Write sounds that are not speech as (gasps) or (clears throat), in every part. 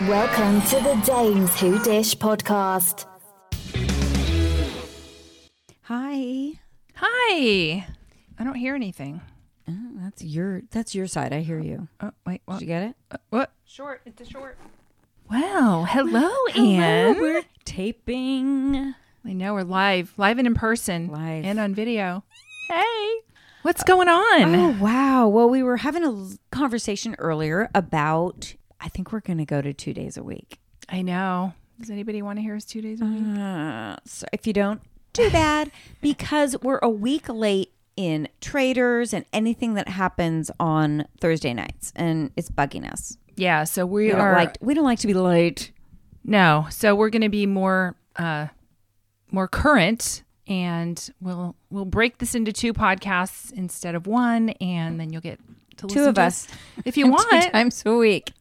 Welcome to the Dames Who Dish podcast. Hi. Hi. I don't hear anything. Oh, that's your that's your side. I hear you. Oh, wait. What? Did you get it? uh, what? Short. It's a short. Wow. Hello, Anne. Hello, we're taping. I know we're live, live and in person, Live. and on video. Hey. What's going on? Oh wow. Well, we were having a l- conversation earlier about I think we're going to go to 2 days a week. I know. Does anybody want to hear us two days a week? Uh, so if you don't, too bad because we're a week late in traders and anything that happens on Thursday nights and it's bugging us. Yeah. So we, We are don't like we don't like to be late. no. So we're going to be more, uh, more current, and we'll we'll break this into two podcasts instead of one, and then you'll get to listen Two of to us if (laughs) you two want. times a week.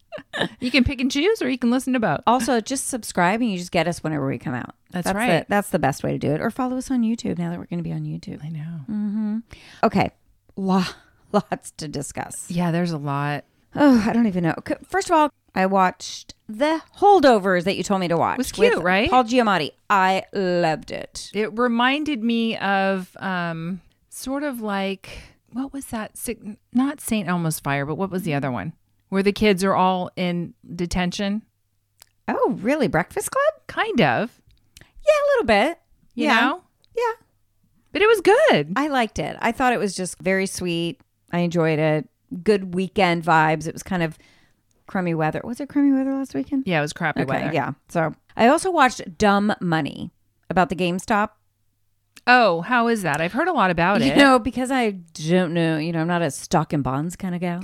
You can pick and choose, or you can listen to both. Also, just subscribe and you just get us whenever we come out. That's the- right. that's the best way to do it. Or follow us on YouTube now that we're going to be on YouTube. I know. Okay. Lo- (laughs) lots to discuss. Yeah. There's a lot. Oh, I don't even know. Okay, First of all, I watched The Holdovers that you told me to watch. Was cute, with right? Paul Giamatti. I loved it. It reminded me of um, sort of like what was that? Sa- Not St. Elmo's Fire, but what was the other one where the kids are all in detention? Oh, really? Breakfast Club? Kind of, Yeah, a little bit. you yeah. know. Yeah. But it was good. I liked it. I thought it was just very sweet. I enjoyed it. Good weekend vibes. It was kind of crummy weather. Was it crummy weather last weekend? Yeah, it was crappy weather. Yeah. So I also watched Dumb Money about the GameStop. Oh, how is that? I've heard a lot (laughs) about You it. know, because I don't know, you know, I'm not a stock and bonds kind of (laughs) gal.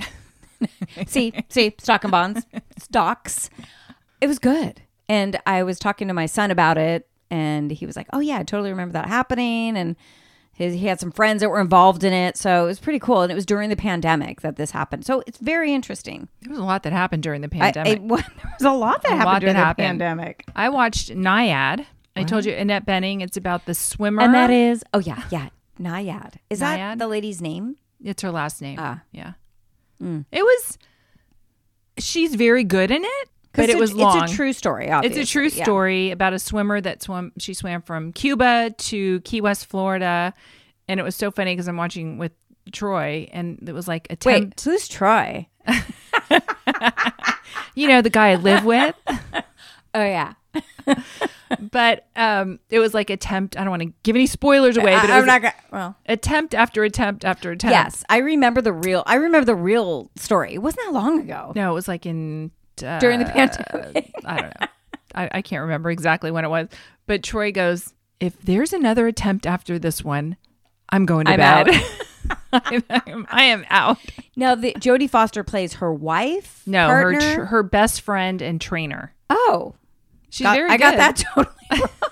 see, see, stock and bonds, stocks. It was good. And I was talking to my son about it, and he was like, oh, yeah, I totally remember that happening. And his, he had some friends that were involved in it. So it was pretty cool. And it was during the pandemic that this happened. So it's very interesting. there was a lot that happened during the I, pandemic. it, (laughs) was- there was a lot that A happened lot during that the happened. pandemic. I watched Naiad. I told you Annette Benning. It's about the swimmer. And that is, oh yeah, yeah, Naiad. Is that Naiad? the lady's name? It's her last name. Ah. Mm. Yeah. It was. She's very good in it, but It's it a- was long. It's a true story. It's Obviously. a true yeah. story about a swimmer that swam. She swam from Cuba to Key West, Florida, and it was so funny because I'm watching with Troy, and it was like Wait, attempt. who's Troy? You know, the guy I live with, (laughs) Oh yeah, but um, it was like attempt. I don't want to give any spoilers away, but it I, was am not gonna. Well, attempt after attempt after attempt. yes, I remember the real. I remember the real story. It wasn't that long ago No, it was like in uh, during the (laughs) pandemic. I don't know. I, I can't remember exactly when it was, but Troy goes, "If there's another attempt after this one, I'm going to I'm bed. out. I, (laughs) (laughs) am, I am out." now the Jodie Foster plays her wife. No, partner. her tr- her best friend and trainer. oh, She's got- very. I got good. that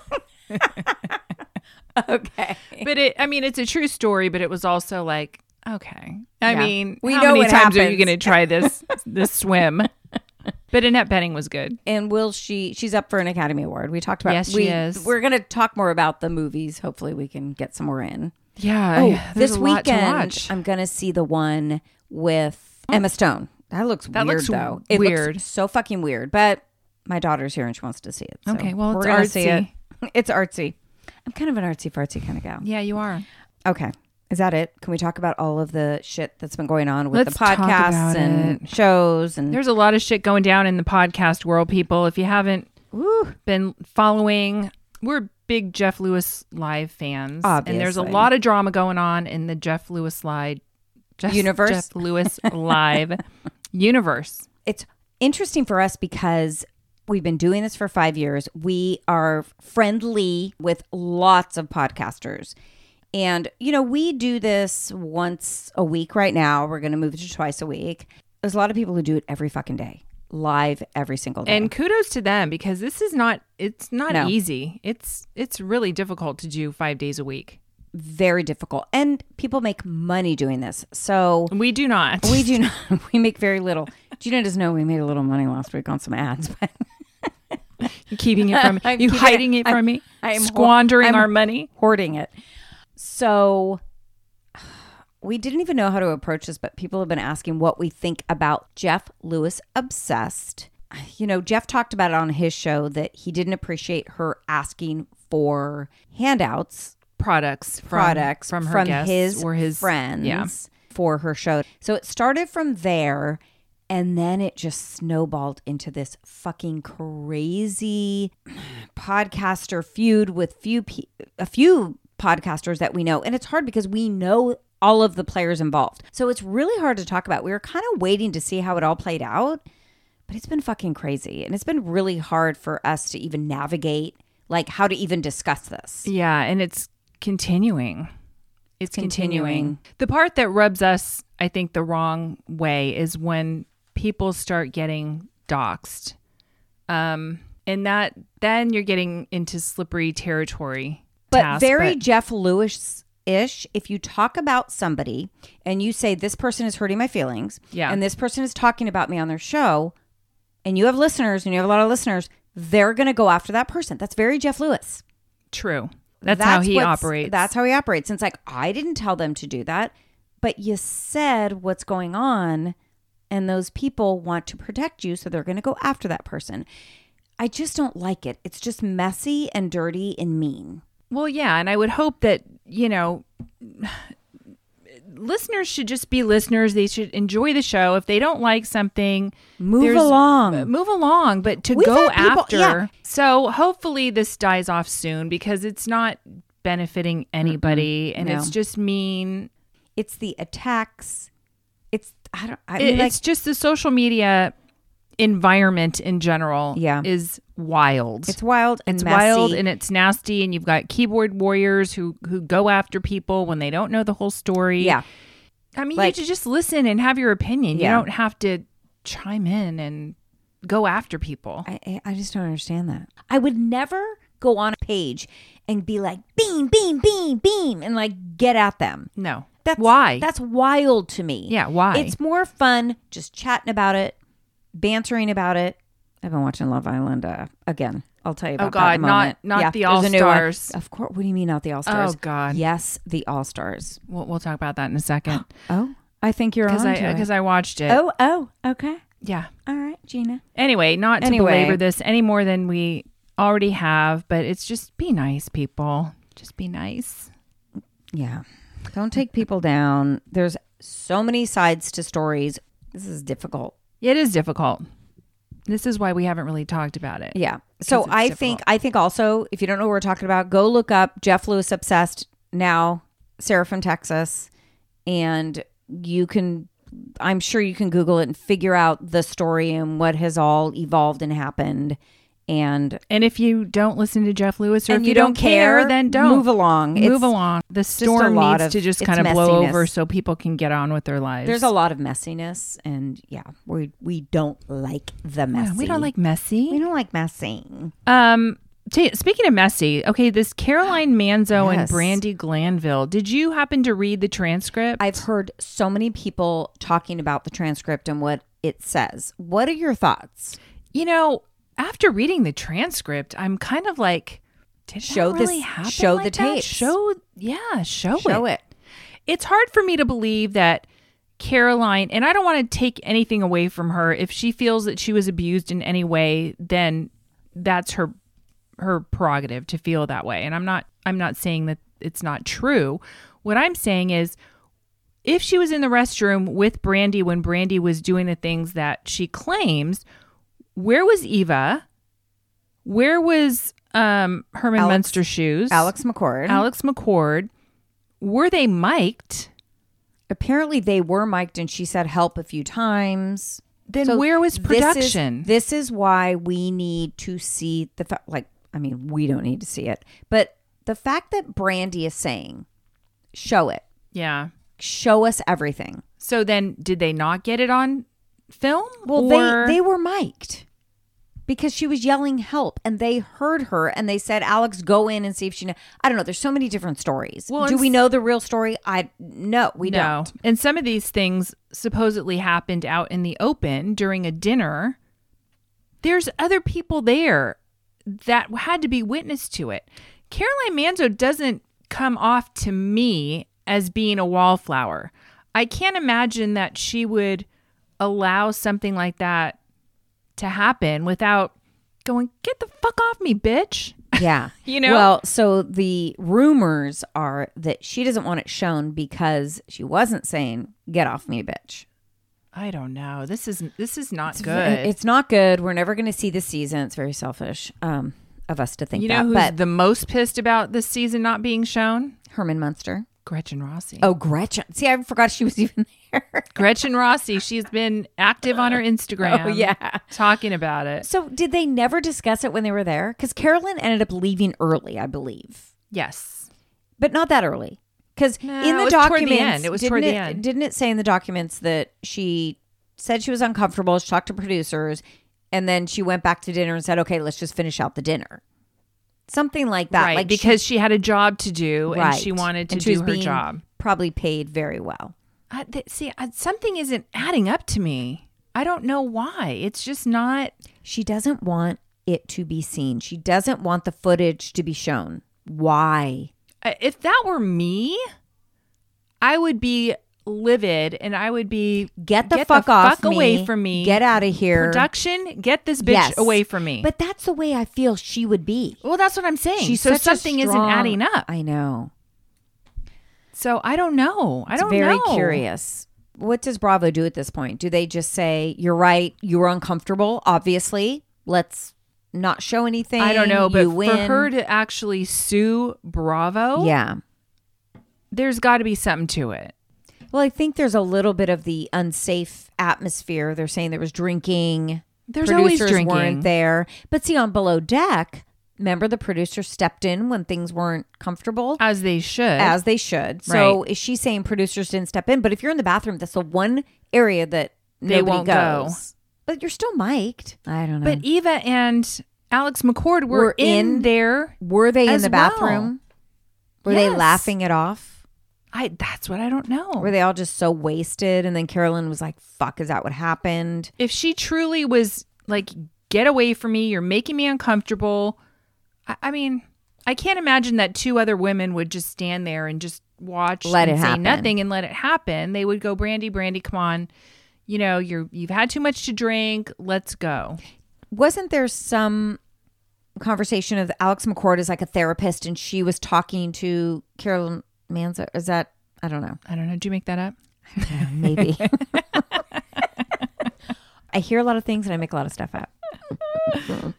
totally (laughs) wrong. (laughs) okay. But it, I mean, it's a true story. But it was also like, okay. I Yeah. mean, We how know many what times are you happens. going to (laughs) try this this swim? But Annette Benning was good. And will she? She's up for an Academy Award. We talked about. Yes, she we, is. We're gonna talk more about the movies. Hopefully, we can get some more in. Yeah. Oh, (laughs) I- this there's a lot to weekend um, watch. I'm gonna see the one with Emma Stone. That looks That weird looks though. looks weird. so fucking weird. But my daughter's here and she wants to see it. so Okay, well, it's we're gonna see artsy. it. (laughs) It's artsy. I'm kind of an artsy fartsy kind of gal. Yeah, you are. Okay. Is that it? Can we talk about all of the shit that's been going on with Let's the talk podcasts about and shows and There's a lot of shit going down in the podcast world, people. If you haven't been following, we're big Jeff Lewis live fans, and there's a Obviously. lot of drama going on in the Jeff Lewis live Jeff, Universe? Jeff Lewis live (laughs) universe. it's interesting for us because we've been doing this for five years. We are friendly with lots of podcasters. And, you know, we do this once a week right now. We're going to move to twice a week. There's a lot of people who do it every fucking day, live every single day. And kudos to them because this is not it's not No. easy. It's it's really difficult to do five days a week. very difficult. And people make money doing this. So We do not. we do not, (laughs) we make very little. Gina does know we made a little money last week on some ads, but You're (laughs) keeping it from (laughs) I'm you keeping hiding it- it from I'm- me. I'm hor- squandering I'm- our money. hoarding it. So we didn't even know how to approach this, but people have been asking what we think about Jeff Lewis Obsessed. you know, Jeff talked about it on his show that he didn't appreciate her asking for handouts products from, products from her guests his or his friends Yeah, for her show. So it started from there and then it just snowballed into this fucking crazy (clears throat) podcaster feud with few pe- a few podcasters that we know and it's hard because we know all of the players involved. So it's really hard to talk about. We were kind of waiting to see how it all played out, but it's been fucking crazy and it's been really hard for us to even navigate like how to even discuss this. yeah, and it's continuing. It's Continuing. continuing. The part that rubs us, I think, the wrong way is when people start getting doxxed, um, and that then you're getting into slippery territory. but Task, very but- Jeff Lewis ish. If you talk about somebody and you say this person is hurting my feelings, Yeah. and this person is talking about me on their show, and you have listeners and you have a lot of listeners, they're going to go after that person. That's very Jeff Lewis. true. That's, how he what's- operates. That's how he operates. And it's like I didn't tell them to do that, but you said what's going on, and those people want to protect you, so they're going to go after that person. I just don't like it. It's just messy and dirty and mean. Well, yeah, and I would hope that, you know, (sighs) listeners should just be listeners. They should enjoy the show. If they don't like something, Move there's- uh, along. Move along, but to We've go had people- after. yeah. So, hopefully this dies off soon because it's not benefiting anybody and no. it's just mean. it's the attacks. It's I don't. I It- mean, like it's just the social media environment in general Yeah. is wild. it's wild and it's messy. wild and it's nasty and you've got keyboard warriors who who go after people when they don't know the whole story yeah, i mean Like- you should just listen and have your opinion Yeah. you don't have to chime in and go after people I- I I just don't understand that. I would never go on a page and be like beam beam beam beam and like get at them. no That's why That's wild to me. Yeah, why? It's more fun just chatting about it, bantering about it. I've been watching Love Island uh, again. I'll tell you about that. in Oh, God, a not- moment. not the there's a new one. All-Stars. Of course. What do you mean not the All Stars? Oh, God. Yes, the All Stars. we'll, we'll talk about that in (gasps) a second Oh, I think you're on. because i to it. because i watched it Oh, oh, okay. yeah All right, Gina. anyway not to Anyway. belabor this any more than we already have but it's just be nice people just be nice Yeah. Don't take people down. There's so many sides to stories. This is difficult. it is difficult this is why we haven't really talked about it Yeah. So I think I think also if you don't know what we're talking about, go look up Jeff Lewis obsessed now Sarah from Texas and you can I'm sure you can google it and figure out the story and what has all evolved and happened and And if you don't listen to Jeff Lewis or And if you you, don't don't, care, care, then don't move along. Move It's along. The storm lot needs of- to just it's kind of blow messiness. over so people can get on with their lives. there's a lot of messiness and yeah, we we don't like the messy. Yeah, we don't like messy. we don't like messing. Um, t- speaking of messy, okay, (gasps) this Caroline Manzo and Yes. Brandy Glanville. Did you happen to read the transcript? I've heard so many people talking about the transcript and what it says. What are your thoughts? you know, after reading the transcript, I'm kind of like, did Show that this- really happen show like the that? tapes. Show, yeah, show, Show it. it. it's hard for me to believe that Caroline, and I don't want to take anything away from her. If she feels that she was abused in any way, then that's her her prerogative to feel that way. And I'm not I'm not saying that it's not true. What I'm saying is if she was in the restroom with Brandy when Brandy was doing the things that she claims, where was Eva? Where was um Herman Alex- Munster shoes? Alex McCord. Alex McCord. Were they mic'd? Apparently, they were mic'd, and she said help a few times. Then So where was this is- production? This is, why we need to see the fact. Like, I mean, we don't need to see it, but the fact that Brandy is saying, "Show it, yeah. show us everything." So then, did they not get it on film? Well, Or- they they were mic'd because she was yelling help, and they heard her, and they said, "Alex, go in and see if she." Know. I don't know. There's so many different stories. Well, Do and we s- know the real story? I no, we no. (laughs) don't. And some of these things supposedly happened out in the open during a dinner. There's other people there that had to be witness to it. Caroline Manzo doesn't come off to me as being a wallflower. I can't imagine that she would allow something like that to happen without going, get the fuck off me, bitch. Yeah. You know? Well, so the rumors are that she doesn't want it shown because she wasn't saying, get off me, bitch. I don't know. This is this is not It's- good. It's not good. We're never going to see this season. It's very selfish um, of us to think you that. know who's but the most pissed about this season not being shown? Herman Munster. Gretchen Rossi. Oh, Gretchen. See, I forgot she was (laughs) even there. Gretchen Rossi. She's been active (laughs) on her Instagram. Oh, yeah. talking about it. So, did they never discuss it when they were there? Because Carolyn ended up leaving early, I believe, Yes. but not that early. Because No, in it the was toward the documents, end. It was didn't toward the it- end. Didn't it say in the documents that she said she was uncomfortable? She talked to producers, and then she went back to dinner and said, "Okay, let's just finish out the dinner." Something like that, right. like she- because she, had a job to do and she Right. wanted to And she was do her being job. Probably paid very well. I, th- see, I, something isn't adding up to me. I don't know why. It's just not. She doesn't want it to be seen. She doesn't want the footage to be shown. Why? I- uh, If that were me, I would be livid and I would be Get the fuck off fuck me. away from me. Get out of here. Production, get this bitch Yes. away from me. But that's the way I feel she would be. well, that's what I'm saying. She's so such a something strong- isn't adding up. I know. so I don't know. I It's don't very know. curious. What does Bravo do at this point? Do they just say, "You're right. You were uncomfortable. Obviously, let's not show anything." I don't know, but you win. for her to actually sue Bravo, yeah. there's got to be something to it. Well, I think there's a little bit of the unsafe atmosphere. They're saying there was drinking. There's always Producers drinking. weren't there. But see, on Below Deck, remember the producer stepped in when things weren't comfortable. As they should. as they should. So is she saying producers didn't step in? But if you're in the bathroom, that's the one area that They nobody won't go. goes. But you're still mic'd. e, I don't know. but Eva and Alex McCord were, Were in, in- there. were they in as the well. bathroom? Were they Yes. laughing it off? I that's what I don't know. Were they all just so wasted? And then Carolyn was like, "Fuck, is that what happened?" if she truly was like, get away from me, you're making me uncomfortable. I, I mean, I can't imagine that two other women would just stand there and just watch Let and it say happen. nothing and let it happen. They would go, Brandy, Brandy, come on. You know, you're you've had too much to drink. Let's go. Wasn't there some conversation of Alex McCord is like a therapist, and she was talking to Carolyn Manza? Is that I don't know. I don't know. Did you make that up? (laughs) Maybe. I hear a lot of things and I make a lot of stuff up.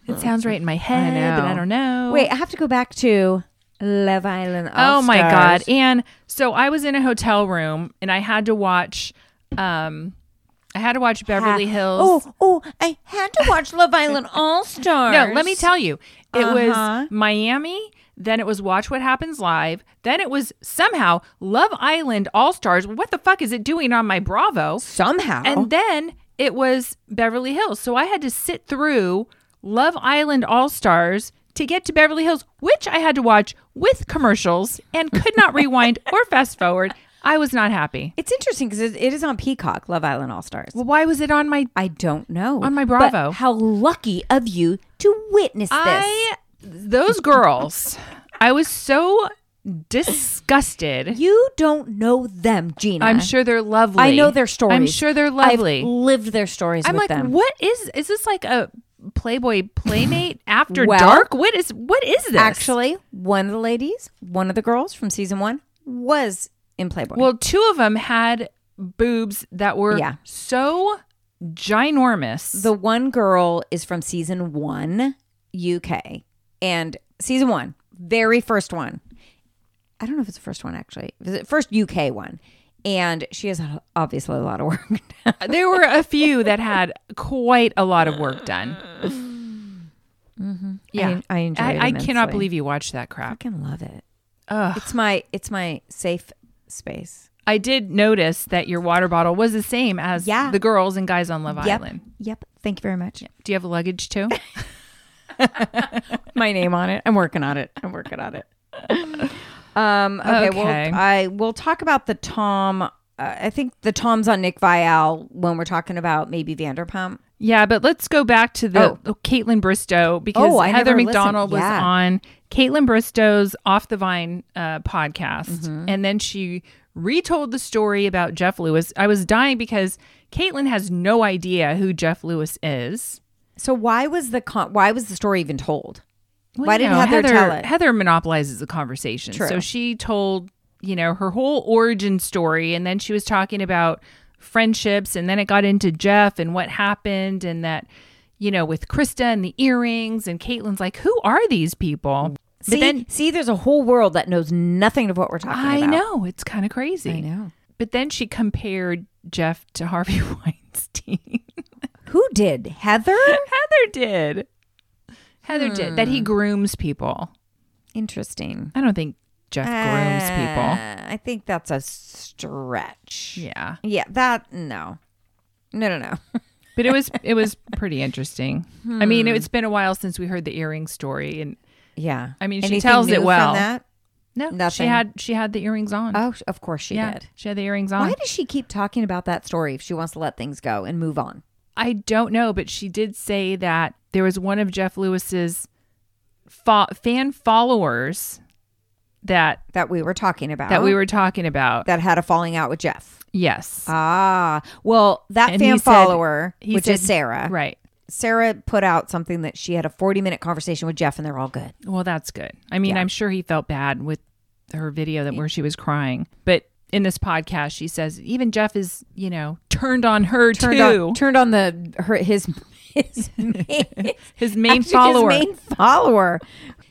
It sounds right in my head, but I Oh, know. don't know. Wait, I have to go back to Love Island. All Oh my Stars. god. And so I was in a hotel room and I had to watch um I had to watch Beverly Ha- Hills. Oh, oh, I had to watch (laughs) Love Island All Stars. no, let me tell you. It Uh-huh. was Miami, then it was Watch What Happens Live, then it was somehow Love Island All Stars. What the fuck is it doing on my Bravo? Somehow. And then it was Beverly Hills. So I had to sit through Love Island All Stars to get to Beverly Hills, which I had to watch with commercials and could (laughs) not rewind or fast forward. I was not happy. it's interesting because it, it is on Peacock, Love Island All Stars. Well, why was it on my I don't know. On my But Bravo. how lucky of you to witness this. I those girls. I was so disgusted. you don't know them, Gina. I'm sure they're lovely. I know their stories. I'm sure they're lovely. I've lived their stories I'm with like, them. what is is this like a Playboy (laughs) Playmate after Well- dark? What is what is this? Actually, one of the ladies, one of the girls from season one, was in Playboy. Well, two of them had boobs that were Yeah. so ginormous. the one girl is from season one, UK, and season one, very first one. I don't know if it's the first one actually. It was the first UK one, and she has obviously a lot of work. (laughs) done. there were a few that had quite a lot of work done. Yeah, Mm-hmm. I- I enjoyed it I, cannot immensely. believe you watched that crap. Fucking love it. It's my it's my safe space. I did notice that your water bottle was the same as Yeah. the girls and guys on Love Yep. Island. Yep. (laughs) Thank you very much. Do you have luggage too? my name on it. I'm working on it. I'm working on it. (laughs) Um, okay, Okay. Well, I will talk about the Tom. Uh, I think the Tom's on Nick Vial when we're talking about maybe Vanderpump. yeah, but let's go back to the oh, Caitlin Bristow because Oh, I Heather never McDonald listened. was Yeah. on Caitlin Bristow's Off the Vine uh, podcast, Mm-hmm. and then she retold the story about Jeff Lewis. I was dying because Caitlin has no idea who Jeff Lewis is. So why was the con- why was the story even told? Well, why you didn't know, Heather, tell it? Heather monopolizes the conversation. True. So she told, you know, her whole origin story and then she was talking about friendships and then it got into Jeff and what happened and that, you know, with Krista and the earrings and Caitlin's like, Who are these people? see, but then see, there's a whole world that knows nothing of what we're talking I about. know, it's kind of crazy. I know. But then she compared Jeff to Harvey (laughs) Weinstein. Who did Heather? Heather did. Heather did. That he Hmm. grooms people. Interesting. I don't think Jeff grooms people. Uh, I think that's a stretch. Yeah. Yeah, that no. No, no, (laughs) no. But it was it was pretty interesting. Hmm. I mean, it's been a while since we heard the earring story and (laughs) yeah. I mean, she tells it new from well. that? no, Nothing. she had she had the earrings on. Oh, of course she yeah. did. Oh. She had the earrings on. Why does she keep talking about that story if she wants to let things go and move on? I don't know, but she did say that there was one of Jeff Lewis's fo- fan followers that That we were talking about. that we were talking about. Oh. that had a falling out with Jeff. yes. Ah, well, that And he fan said- follower, he which is said- Sarah. right. Sarah put out something that she had a 40 minute conversation with Jeff and they're all good. Well, that's good. I mean, I'm sure he felt bad with her video that where she was crying, but in this podcast, she says even Jeff is, you know, turned on her Turned too. on, turned on the her his (laughs) his main, his (laughs) main actually his follower. main follower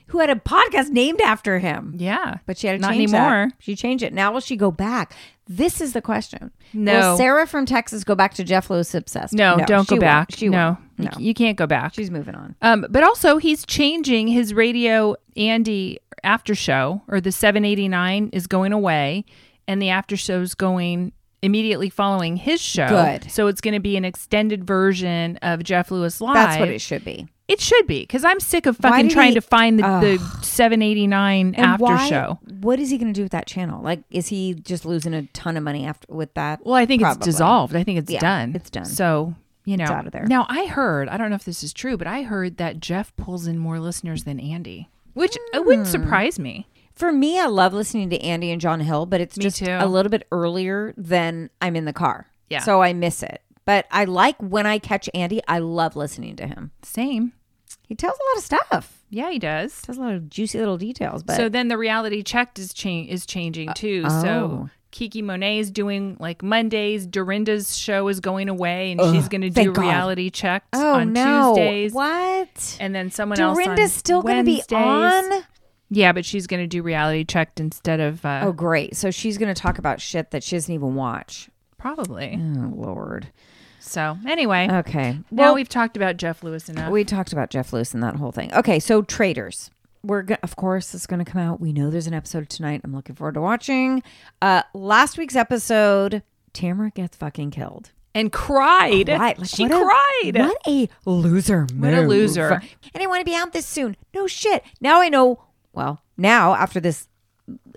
who had a podcast named after him. yeah, But she had to not change that. anymore. She changed it. Now will she go back? This is the question. No. Will Sarah from Texas go back to Jeff Lewis obsessed? No, don't she go won't. back. She no, won't. You- No. you can't go back. She's moving on. Um, but also he's changing his radio Andy after show or the 789 is going away and the after show's going immediately following his show. Good. So it's going to be an extended version of Jeff Lewis Live. That's what it should be. It should be because I'm sick of Why fucking did trying he- to find the, the 789 And after why- show. What is he going to do with that channel? Like, is he just losing a ton of money after with that? Well, I think Probably. it's dissolved. I think it's Yeah, done. it's done. So you know, It's out of there. Now I heard. I don't know if this is true, but I heard that Jeff pulls in more listeners than Andy, which it Hmm. wouldn't surprise me. For me, I love listening to Andy and John Hill, but it's just too. a little bit earlier than I'm in the car. Yeah. So I miss it. But I like when I catch Andy, I love listening to him. Same. He tells a lot of stuff. Yeah, he does. Tells a lot of juicy little details. But so then the reality check is cha- is changing Uh, too. oh. So Kiki Monet's doing like Mondays. Dorinda's show is going away, and she's going to do thank God. reality checked oh on no. Tuesdays. What? And then someone else. on Dorinda's still going to be Wednesdays. Oh, on. Yeah, but she's going to do reality checked instead of uh, Oh, great. So she's going to talk about shit that she doesn't even watch. probably. Oh, Lord. So anyway, Okay. now we've talked about Jeff Lewis enough. We talked about Jeff Lewis and that whole thing. Okay, so traders. We're go- of course it's going to come out. We know there's an episode tonight. I'm looking forward to watching. Uh last week's episode, Tamara gets fucking killed. and cried. Right? like, she what a- cried. what a loser! What a loser. And I want to be out this soon. No shit. Now I know. Well, now after this,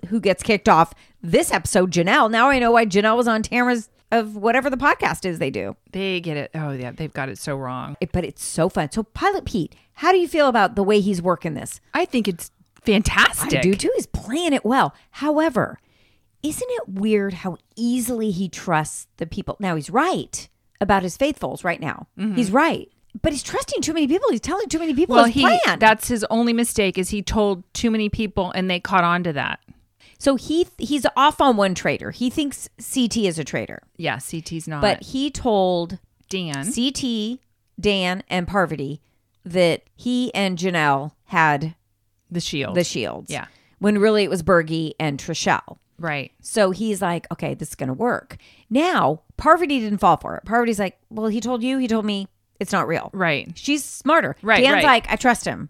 who gets kicked off this episode? Janelle. Now I know why Janelle was on Tamara's of whatever the podcast is they do. They get it. Oh yeah, they've got it so wrong. It- but it's so fun. So Pilot Pete, how do you feel about the way he's working this? I think it's fantastic. I do too. He's playing it well. However, isn't it weird how easily he trusts the people? Now he's right about his faithfuls right now. He's right. But he's trusting too many people. He's telling too many people Mm-hmm. Well, his he plan. that's his only mistake is he told too many people and they caught on to that. so he he's off on one traitor. He thinks CT is a traitor, Yeah, CT's not. but he told Dan, CT, Dan, and Parvati that he and Janelle had the Shield. the shields. Yeah. When really it was Bergie and Trishelle. right. So he's like, okay, this is going to work. Now, Parvati didn't fall for it. Parvati's like, well, he told you, he told me it's not real. Right. She's smarter. Right, Dan's right. like, I trust him.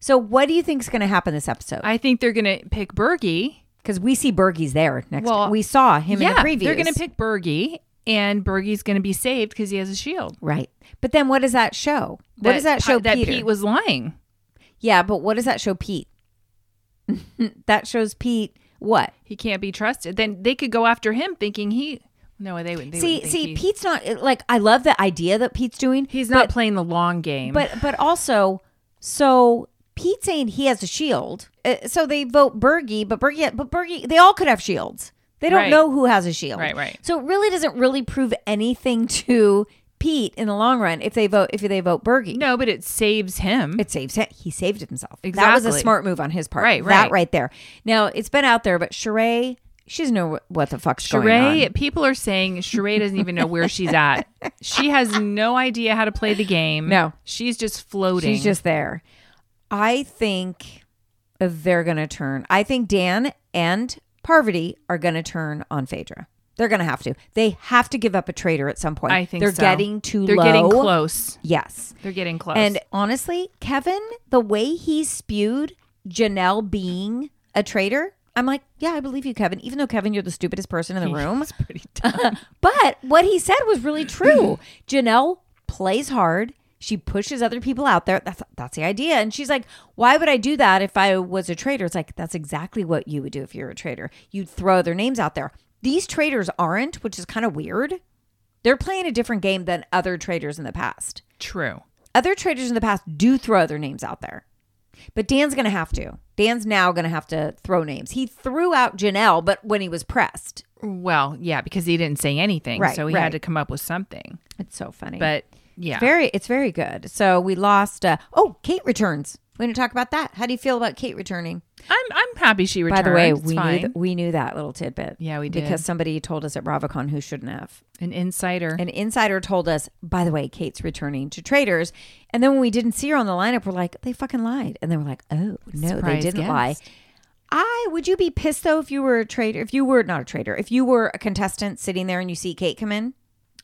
So what do you think's going to happen this episode? I think they're going to pick Bergie. Because we see Bergie's there next. Well, we saw him in the yeah, previews. they're going to pick Bergie and Bergie's going to be saved because he has a shield. right. But then what does that show? what does that Pi- show? that Peter? Pete was lying? yeah, but what does that show Pete? (laughs) that shows Pete what? He can't be trusted. Then they could go after him thinking he. No, they wouldn't. They see, wouldn't see, think he- Pete's not like I love the idea that Pete's doing. he's not playing the long game. But but also, so Pete saying he has a shield. Uh, so they vote Bergie, but Bergie, but Bergie, they all could have shields. They don't Right. know who has a shield. Right, right. So it really doesn't really prove anything to Pete in the long run if they vote if they vote Bergie. No, but it saves him. It saves him. He saved himself. That was a Exactly. smart move on his part. Right, That right. right there. Now it's been out there, but Sheree, she doesn't know what the fuck's going on. Sheree, people are saying Sheree doesn't even know where (laughs) she's at. She has no idea how to play the game. No. She's just floating. She's just there. I think they're gonna turn. I think Dan and Parvati are gonna turn on Phaedra. They're gonna have to. They have to give up a traitor at some point. I think they're so. getting too They're low. getting close. Yes. They're getting close. And honestly, Kevin, the way he spewed Janelle being a traitor, I'm like, yeah, I believe you, Kevin. Even though Kevin, you're the stupidest person (laughs) in the room. pretty tough. but what he said was really true. Janelle plays hard. She pushes other people out there. That's that's the idea. And she's like, why would I do that if I was a traitor? It's like that's exactly what you would do if you're a traitor. You'd throw their names out there. These traitors aren't, which is kind of weird. They're playing a different game than other traitors in the past True. other traders in the past do throw their names out there. But Dan's going to have to. Dan's now going to have to throw names. He threw out Janelle, but when he was pressed. Well, yeah, because he didn't say anything, Right, so he right. had to come up with something. It's so funny. But yeah, very it's very good. So we lost uh, oh, Kate returns. We didn't talk about that. How do you feel about Kate returning? I'm I'm happy she By returned. the way, It's we knew, fine. th- we knew that little tidbit. Yeah, we did. Because somebody told us at BravoCon who shouldn't have. an insider. An insider told us, by the way, Kate's returning to traders. And then when we didn't see her on the lineup, we're like, they fucking lied. And then we're like, oh, no, they Surprise didn't guest. lie. I would you be pissed though if you were a trader, if you were not a trader, if you were a contestant sitting there and you see Kate come in?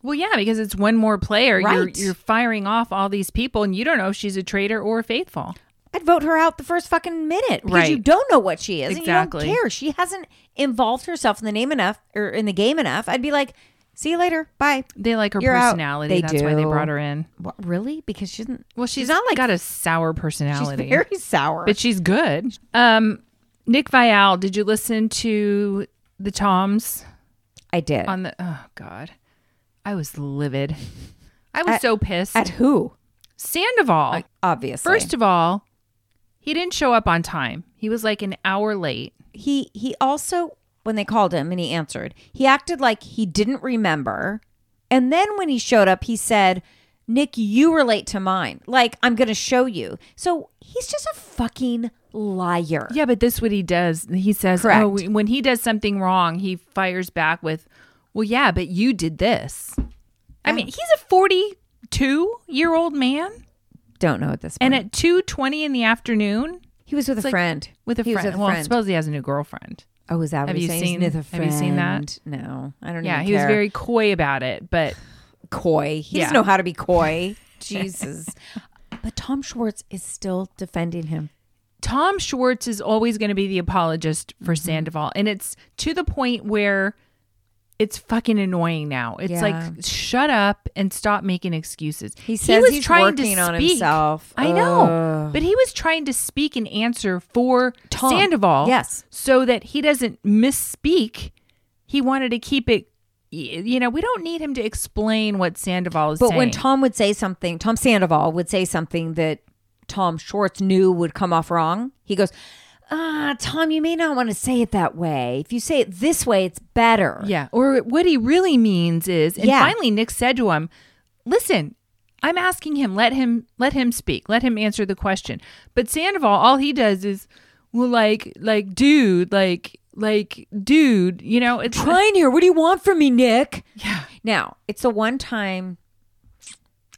well, yeah, because it's one more player. You're Right. you're firing off all these people, and you don't know if she's a traitor or faithful. I'd vote her out the first fucking minute because you Right. don't know what she is. Exactly. And you don't care. She hasn't involved herself in the name enough or in the game enough. I'd be like, see you later. Bye. They like her You're out. personality. They That's why they do. brought her in. What, really? Because she doesn't. Well, she's, not like got a sour personality, She's very sour. but she's good. Um, Nick Vial, did you listen to the Toms I did. on the? Oh God, I was livid. I was so pissed. At who? Sandoval. Obviously. First of all, he didn't show up on time. He was like an hour late. he he also when they called him and he answered he acted like he didn't remember and then when he showed up he said nick you were late to mine like i'm gonna show you so he's just a fucking liar Yeah, but this what he does. He says, Correct. "Oh, when he does something wrong, he fires back with, "Well, yeah, but you did this." I mean, he's a 42-year-old man don't know at this point and at 2:20 in the afternoon he was with a like friend with a he friend. was with a well, friend suppose he has a new girlfriend. oh is that what have he's you saying? seen- He's with a have you seen that? friend. no i don't Yeah, even he was care. very coy about it, but coy he doesn't Yeah. know how to be (laughs) coy jesus (laughs) but tom schwartz is still defending him Tom Schwartz is always going to be the apologist for Mm-hmm. Sandoval. And it's to the point where it's fucking annoying now. It's Yeah. like, shut up and stop making excuses. He says he's working on himself. I know. Ugh. But he was trying to speak and answer for Tom. Sandoval. Yes. So that he doesn't misspeak. He wanted to keep it. y- You know, we don't need him to explain what Sandoval is But saying. when Tom would say something, Tom Sandoval would say something that Tom Schwartz knew would come off wrong. He goes, "Ah, Tom, you may not want to say it that way. If you say it this way, it's better." Yeah. Or what he really means is, and Yeah. finally Nick said to him, "Listen, I'm asking him. Let him. Let him speak. Let him answer the question." But Sandoval, all he does is, well, like, like, dude, like, like, dude. You know, it's Trying here. What do you want from me, Nick? Yeah. Now it's the one time.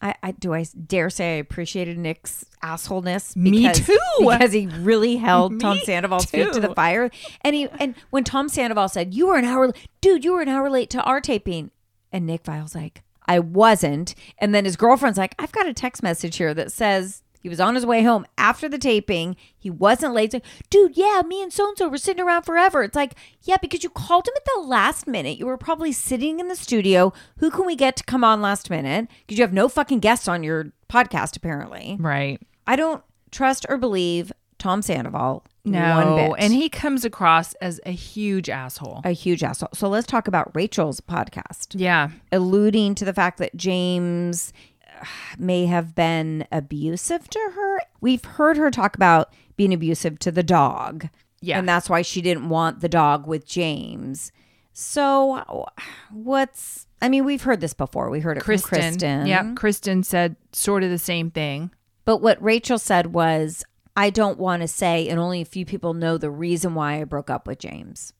I, I do I dare say I appreciated Nick's assholeness. Me because- too. because he really held Tom (laughs) Me Sandoval's feet to the too. fire. And he and when Tom Sandoval said, "You were an hour, dude, you were an hour late to our taping," and Nick Vile's like, "I wasn't," and then his girlfriend's like, "I've got a text message here that says." He was on his way home after the taping. He wasn't late. So, Dude, yeah, me and so and so were sitting around forever. It's like, yeah, because you called him at the last minute. You were probably sitting in the studio. Who can we get to come on last minute? Because you have no fucking guests on your podcast, apparently. right. I don't trust or believe Tom Sandoval No, one bit. and he comes across as a huge asshole. a huge asshole. So let's talk about Rachel's podcast, yeah. alluding to the fact that James uh, may have been abusive to her. We've heard her talk about being abusive to the dog. Yeah. And that's why she didn't want the dog with James. So, what's? I mean, we've heard this before. We heard it Kristen. from Kristen. Yeah. Kristen said sort of the same thing. But what Rachel said was, "I don't want to say, and only a few people know the reason why I broke up with James."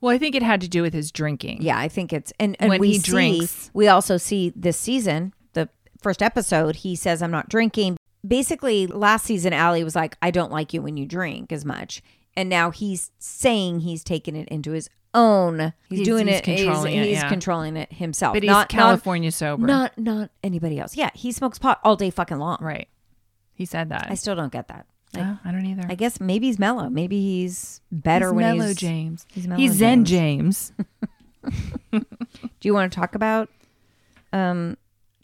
Well, I think it had to do with his drinking. Yeah, I think it's and, and When we he see, drinks. We also see this season, the first episode, he says, "I'm not drinking." Basically, last season, Allie was like, "I don't like you when you drink as much," and now he's saying he's taking it into his own. He's, He's- doing he's it. controlling he's, it, he's yeah. controlling it himself. But he's not, not- California sober. Not not anybody else. Yeah, he smokes pot all day fucking long. right. He said that. I still don't get that. Like, Oh, I don't either. I guess maybe he's mellow. Maybe he's better he's when mellow he's. James. he's He's, mellow Zen James. (laughs) Do you want to talk about? Um,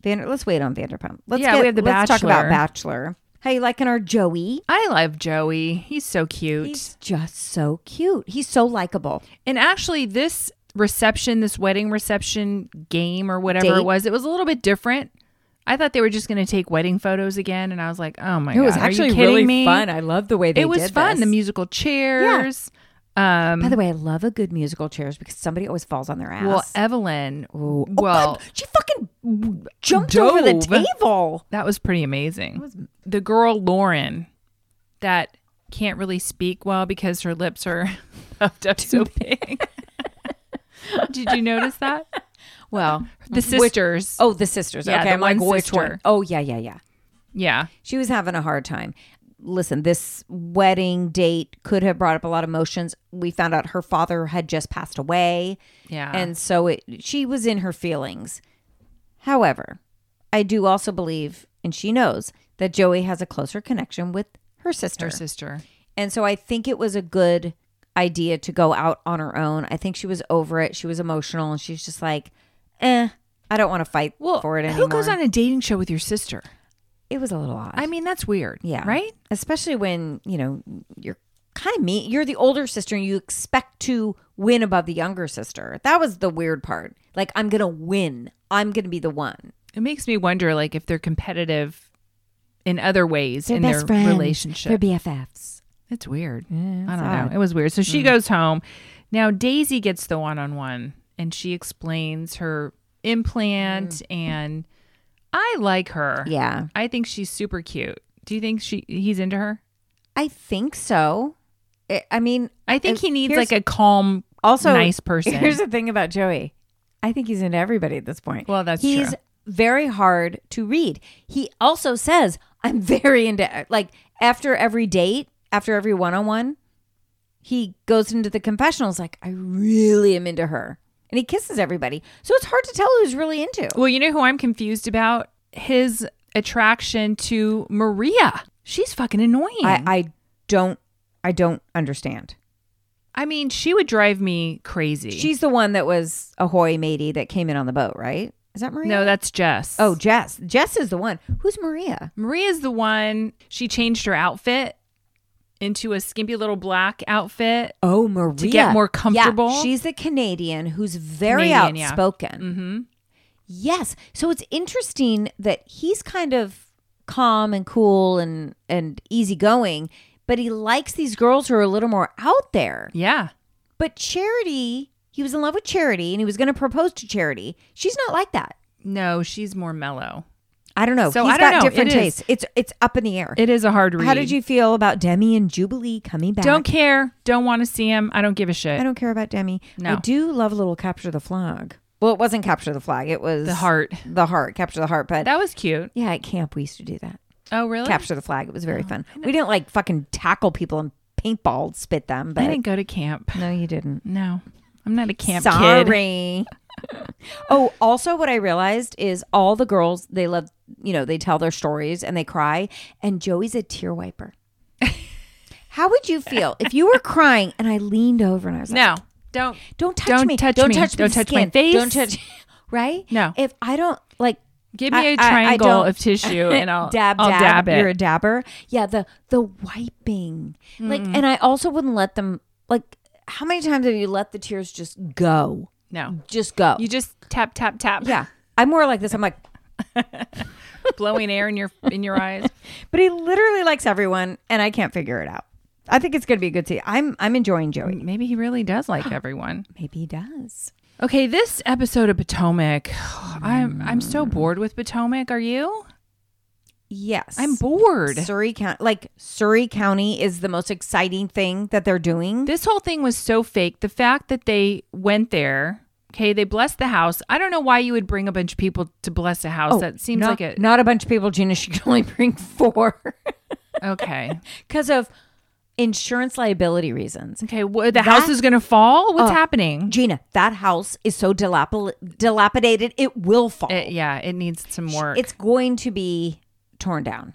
Vander. Let's wait on Vanderpump. Let's Yeah, get, we have The let's talk about Bachelor. Bachelor. How you liking our Joey? I love Joey. He's so cute. He's just so cute. He's so likable. And actually, this reception, this wedding reception game or whatever Date. it was, it was a little bit different. I thought they were just going to take wedding photos again, and I was like, "Oh my god, are you kidding me? I love the way It was fun. The musical chairs. Um, By the way, I love a good musical chairs because somebody always falls on their ass. well, Evelyn. Ooh. Oh, Well, God, she fucking jumped over the dove. table. that was pretty amazing. the girl Lauren that can't really speak well because her lips are (laughs) puffed up so big. (laughs) Did you notice that? Well, the sisters. Oh, the sisters. Yeah, okay, the I'm like, one which sister. one? Oh, yeah, yeah, yeah. yeah. She was having a hard time. Listen, this wedding date could have brought up a lot of emotions. We found out her father had just passed away. Yeah. And so it she was in her feelings. However, I do also believe and she knows that Joey has a closer connection with her sister. her sister. And so I think it was a good idea to go out on her own. I think she was over it. She was emotional and she's just like, "Eh, I don't want to fight for it anymore." Who goes on a dating show with your sister? It was a little odd. I mean, that's weird. Yeah. Right? Especially when, you know, you're kind of me. You're the older sister and you expect to win above the younger sister. That was the weird part. Like, I'm going to win. I'm going to be the one. It makes me wonder like if they're competitive in other ways in their relationship. They're BFFs. It's weird. I don't know. It was weird. So she Mm. goes home. Now Daisy gets the one on one and she explains her implant and I like her. Mm. Yeah. I think she's super cute. Do you think she he's into her? I think so. I- I mean, I think Uh, he needs here's- like a calm also, (laughs) nice person. Here's the thing about Joey. I think he's into everybody at this point. Well, that's he's true. very hard to read. He also says, "I'm very into like after every date, after every one-on-one, he goes into the confessionals like, I really am into her." And he kisses everybody. So it's hard to tell who's really into. Well, you know who I'm confused about? His attraction to Maria. She's fucking annoying. I, I don't I don't understand. I mean, she would drive me crazy. She's the one that was ahoy matey that came in on the boat, right? Is that Maria? no, that's Jess. Oh, Jess. Jess is the one. Who's Maria? Maria's the one. She changed her outfit into a skimpy little black outfit. Oh, Maria. get more comfortable? Yeah, she's the Canadian who's very Canadian, yeah. outspoken. Mm-hmm. Yes. So it's interesting that he's kind of calm and cool and, and easygoing, but he likes these girls who are a little more out there. Yeah. But Charity, he was in love with Charity and he was going to propose to Charity. She's not like that. No, she's more mellow. I don't know. So He's I don't got know. different It is- tastes. It's it's up in the air. It is a hard read. How did you feel about Demi and Jubilee coming back? Don't care. Don't want to see him. I don't give a I shit. don't care about Demi. I No. do love a little capture the flag. Well, it wasn't capture the flag. It was The heart. The heart. Capture the heart. But That was cute. yeah, at camp we used to do that. Oh, really? Capture the flag. It was very fun. We didn't like fucking tackle people and paintball spit them. But I didn't go to camp. no, you didn't. No, I'm not a camp kid. Sorry. (laughs) oh, also, what I realized is all the girls they love. You know, they tell their stories and they cry. And Joey's a tear (laughs) wiper. How would you feel if you were crying and I leaned over and I was like, No, don't. Don't touch Don't me. touch don't me. touch me. Don't touch my skin. face. Don't touch. (laughs) Right? No. If I don't like, Give I- me a I- I triangle don't- (laughs) of tissue and I'll dab, I'll dab. dab it. You're a dabber. Yeah. The the wiping. Like, Mm. and I also wouldn't let them. Like, how many times have you let the tears just go? no, Just go. you just tap tap tap. yeah. I'm more like this. I'm like, (laughs) blowing air in your in your eyes. but he literally likes everyone, and I can't figure it out. I think it's going to be a good season. I'm I'm enjoying Joey. Maybe he really does like everyone. Maybe he does. Okay, this episode of Potomac, (sighs) I'm I'm so bored with Potomac. Are you? Yes. I'm bored. Surrey County, like Surrey County, is the most exciting thing that they're doing. This whole thing was so fake. The fact that they went there, okay, they blessed the house. I don't know why you would bring a bunch of people to bless a house. that seems not, like a not a bunch of people. Gina, (laughs) she can only bring four (laughs) okay. because of insurance liability reasons. Okay, wha- the house is gonna fall. What's happening? Gina, that house is so dilapil- dilapidated, it will fall. It- yeah, it needs some work. it's going to be torn down.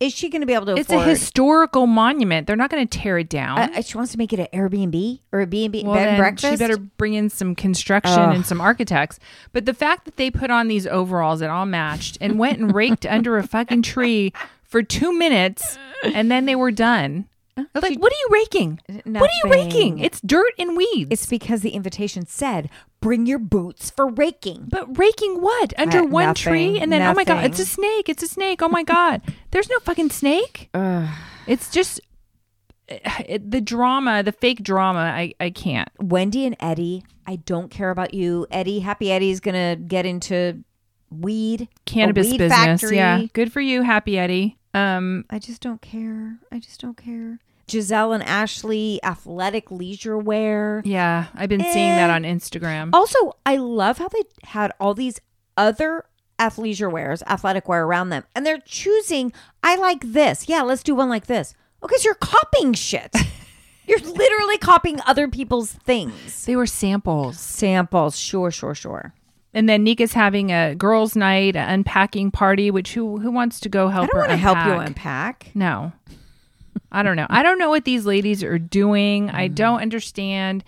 Is she going to be able to? It's a afford- historical monument. They're not going to tear it down. Uh, she wants to make it an Airbnb or a B&B Well, bed and then breakfast. She better bring in some construction and some architects. But the fact that they put on these overalls that all matched and went and raked (laughs) under a fucking tree for two minutes and then they were done. Like, what are you raking? What are you raking? Nothing. It's dirt and weeds. It's because the invitation said, "Bring your boots for raking." but raking what? Under Uh, one tree nothing, and then oh my god, nothing. it's a snake. It's a snake. Oh (laughs) my god. There's no fucking snake. It's just (sighs) it, the drama, the fake drama. I I can't. Wendy and Eddie, I don't care about you. Eddie, Happy Eddie's gonna get into weed a cannabis weed business. Factory. Yeah, good for you, Happy Eddie. Um, I just don't care. I just don't care. Giselle and Ashley, athletic leisure wear. yeah, I've been seeing that on Instagram. Also, I love how they had all these other athleisure wears, athletic wear around them, and they're choosing. I like this. Yeah, let's do one like this. Okay, so you're copying (laughs) shit. you're literally copying other people's things. They were samples. Samples, sure, sure, sure. And then Nika's having a girls' night, an unpacking party. Which who who wants to go I help don't want her? to help you unpack? unpack. No, I don't know. I don't know what these ladies are doing. Mm. I don't understand.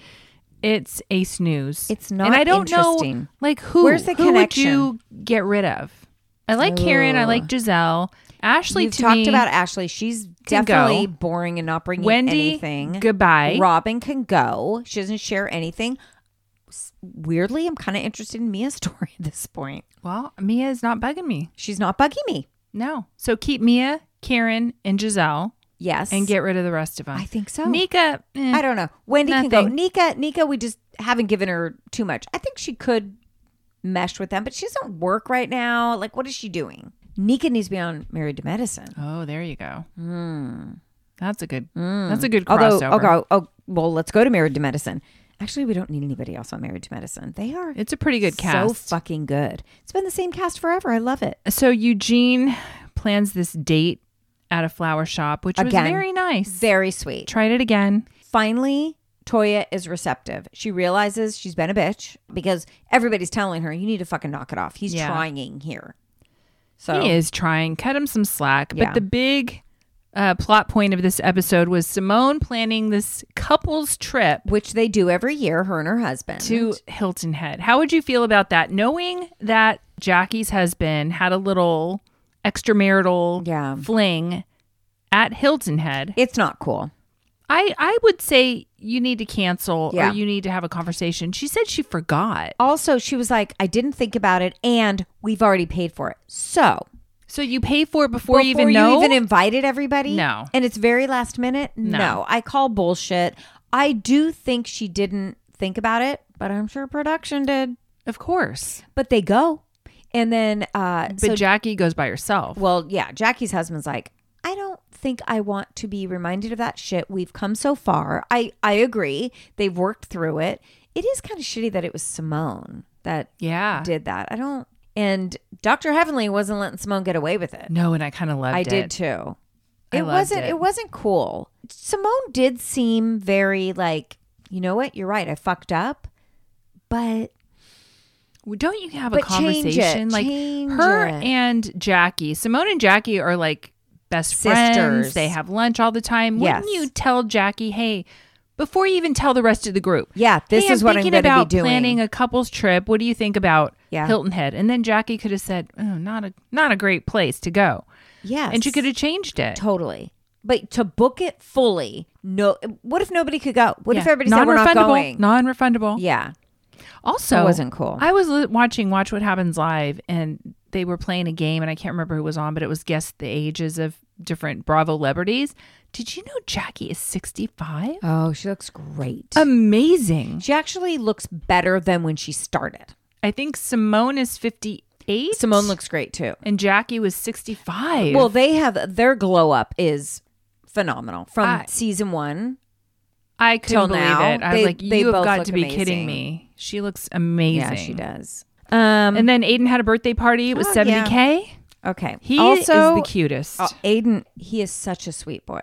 It's a snooze. It's and not I don't know interesting. like who. Where's the who would you get rid of? I like Karen. I like Giselle. Ashley. We've to talked me- about Ashley. She's can go. definitely boring and not bringing Wendy, anything. goodbye. Robin can go. She doesn't share anything. S- Weirdly, I'm kind of interested in Mia's (laughs) story at this point. Well, Mia is not bugging me. She's not bugging me. No. So keep Mia, Karen, and Giselle Yes. and get rid of the rest of them. I think so. Nika, eh, I don't know. Wendy can go. Nothing. Nika, Nika, we just haven't given her too much. I think she could mesh with them, but she doesn't work right now. Like, what is she doing? Nika needs to be on Married to Medicine. Oh, there you go. That's a good. That's a good Hmm. Although, crossover. okay, oh, well, let's go to Married to Medicine. Actually, we don't need anybody else on Married to Medicine. They are It's a pretty good so cast. fucking good. It's been the same cast forever. I love it. so Eugene plans this date at a flower shop, which Again. was very nice. Very sweet. Tried it again. Finally, Toya is receptive. She realizes she's been a bitch because everybody's telling her, you need to fucking knock it off. He's Yeah. trying here. So He is trying. Cut him some slack. Yeah. But the big uh, plot point of this episode was Simone planning this couple's trip which they do every year, her and her husband. to Hilton Head. How would you feel about that? Knowing that Jackie's husband had a little extramarital Yeah. fling at Hilton Head, it's not cool. I, I would say you need to cancel Yeah. or you need to have a conversation. She said she forgot. Also, she was like, I didn't think about it, and we've already paid for it. So So you pay for it before, you before even know. even invited everybody? No. And it's very last minute? No. I call bullshit. I do think she didn't think about it, but I'm sure production did. of course. But they go. And then uh But so Jackie goes by herself. well, yeah, Jackie's husband's like, I don't think I want to be reminded of that shit. We've come so far. I I agree. They've worked through it. It is kind of shitty that it was Simone that yeah. did that. I don't and Dr. Heavenly wasn't letting Simone get away with it. No, and I kind of loved I it. did too. I It loved wasn't it. it. wasn't cool. Simone did seem very like, you know what, you're right, I fucked up. But Well, Don't you have a But change it. conversation? Like Change her it. and Jackie, Simone and Jackie are like best friends. Sisters. They have lunch all the time. Wouldn't Yes. you tell Jackie, hey, before you even tell the rest of the group? Yeah, this hey, is what I'm thinking gonna be about doing." Planning a couple's trip. What do you think about Yeah. Hilton Head? And then Jackie could have said, oh, not a not a great place to go, yes. and she could have changed it. totally. But to book it fully, no what if nobody could go? What if Yeah. everybody said we're not Non-refundable, going? Non-refundable. yeah. Also, That wasn't cool. I was li- watching Watch What Happens Live, and they were playing a game, and I can't remember who was on, but it was guess the ages of different Bravo celebrities. Did you know Jackie is 65? Oh, she looks great. Um, Amazing. she actually looks better than when she started. I think Simone is 58. Simone looks great too. and Jackie was 65. Well, they have their glow up is phenomenal from I- season one. I couldn't till believe now, it. I was they- like, they you have both got look to be amazing. kidding me. She looks amazing. Yeah, she does. Um, And then Aiden had a birthday party. It was Oh, 70K. okay. He also, is the cutest. uh, Aiden, he is such a sweet boy.